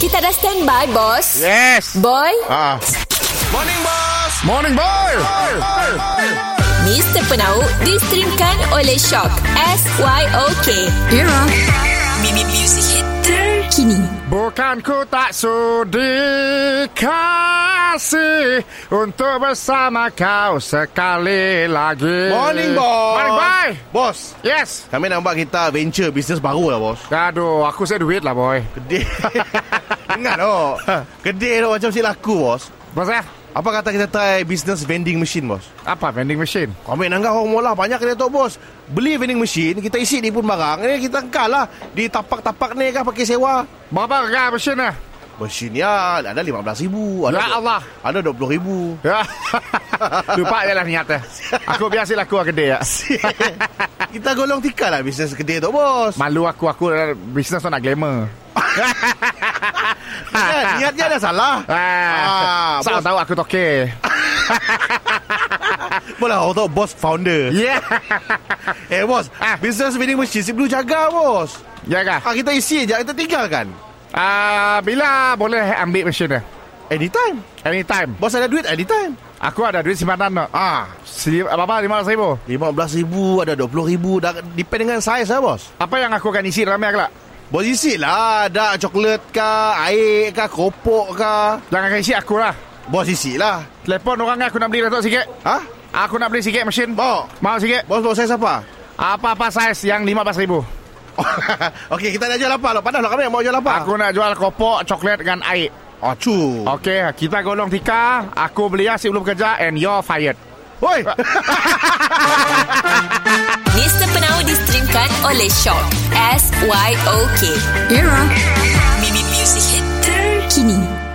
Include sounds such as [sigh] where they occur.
Kita dah standby, bos. Yes. Boy, Ah. Morning, boss. Morning, boy. Mr. Penau distrimkan oleh Shock. S-Y-O-K. Era. Mimi Music Hit terkini. Bukan ku tak sudi kasih untuk bersama kau sekali lagi. Morning, boss. Eh, Morning, boy. Bos, Yes. kami nak buat kita venture bisnes baru lah, bos. Aduh, aku saya duit lah, boy. [laughs] Kedai. Dengar tu. Kedai tu Ha. macam sila aku, bos. Bos, eh? Apa kata kita try bisnes vending machine, bos? Apa vending machine? Kami nanggah orang mula banyak kedai tu, bos. Beli vending machine, kita isi ni pun barang. Ni kita engkau lah. Di tapak-tapak ni kah pakai sewa. Berapa harga mesin eh? [laughs] Mesin ya, ada RM15,000. Ada Ya du- Allah. Ada RM20,000. [laughs] Ya. Lupa je lah niatnya. Aku biasalah aku lah gede ya. kita golong tikar lah bisnes kedai tu, bos. Malu aku aku dalam bisnes tu nak glamour. Kan, niatnya ada salah. Ah, Ah, Sao bos. tahu aku toke. Bola orang tahu bos founder. Yeah. Eh bos, Ah. ah. business vending machine sip dulu jaga bos. Ya kah? Ah kita isi je, kita tinggalkan. Ah, bila boleh ambil mesin dia? Anytime. Anytime. Bos ada duit anytime. Aku ada duit simpanan. Ah, Ah, si, apa lima ratus ribu. RM15,000 ada RM20,000 dah depend dengan saiz lah bos. Apa yang aku akan isi dalamnya kelak? Bos isi lah, ada coklat ke, air ke, keropok ke. Jangan akan isi aku lah. Bos isi lah. Telepon orang aku nak beli datuk sikit. Ha? Aku nak beli sikit mesin. Mau? Mau sikit? Bos bos saiz apa? [laughs] Apa-apa saiz yang lima belas ribu. Okey, kita nak jual apa? Lo padah lo kami mau jual apa? Aku Ah. nak jual kopok, coklat dengan air. Oh, cu. Okey, kita golong tika. Aku beli asyik belum kerja and you're fired. Oi. Ah. Mr. Penau distrimkan oleh Shock. S-Y-O-K. Era. Mimi Music Hit terkini.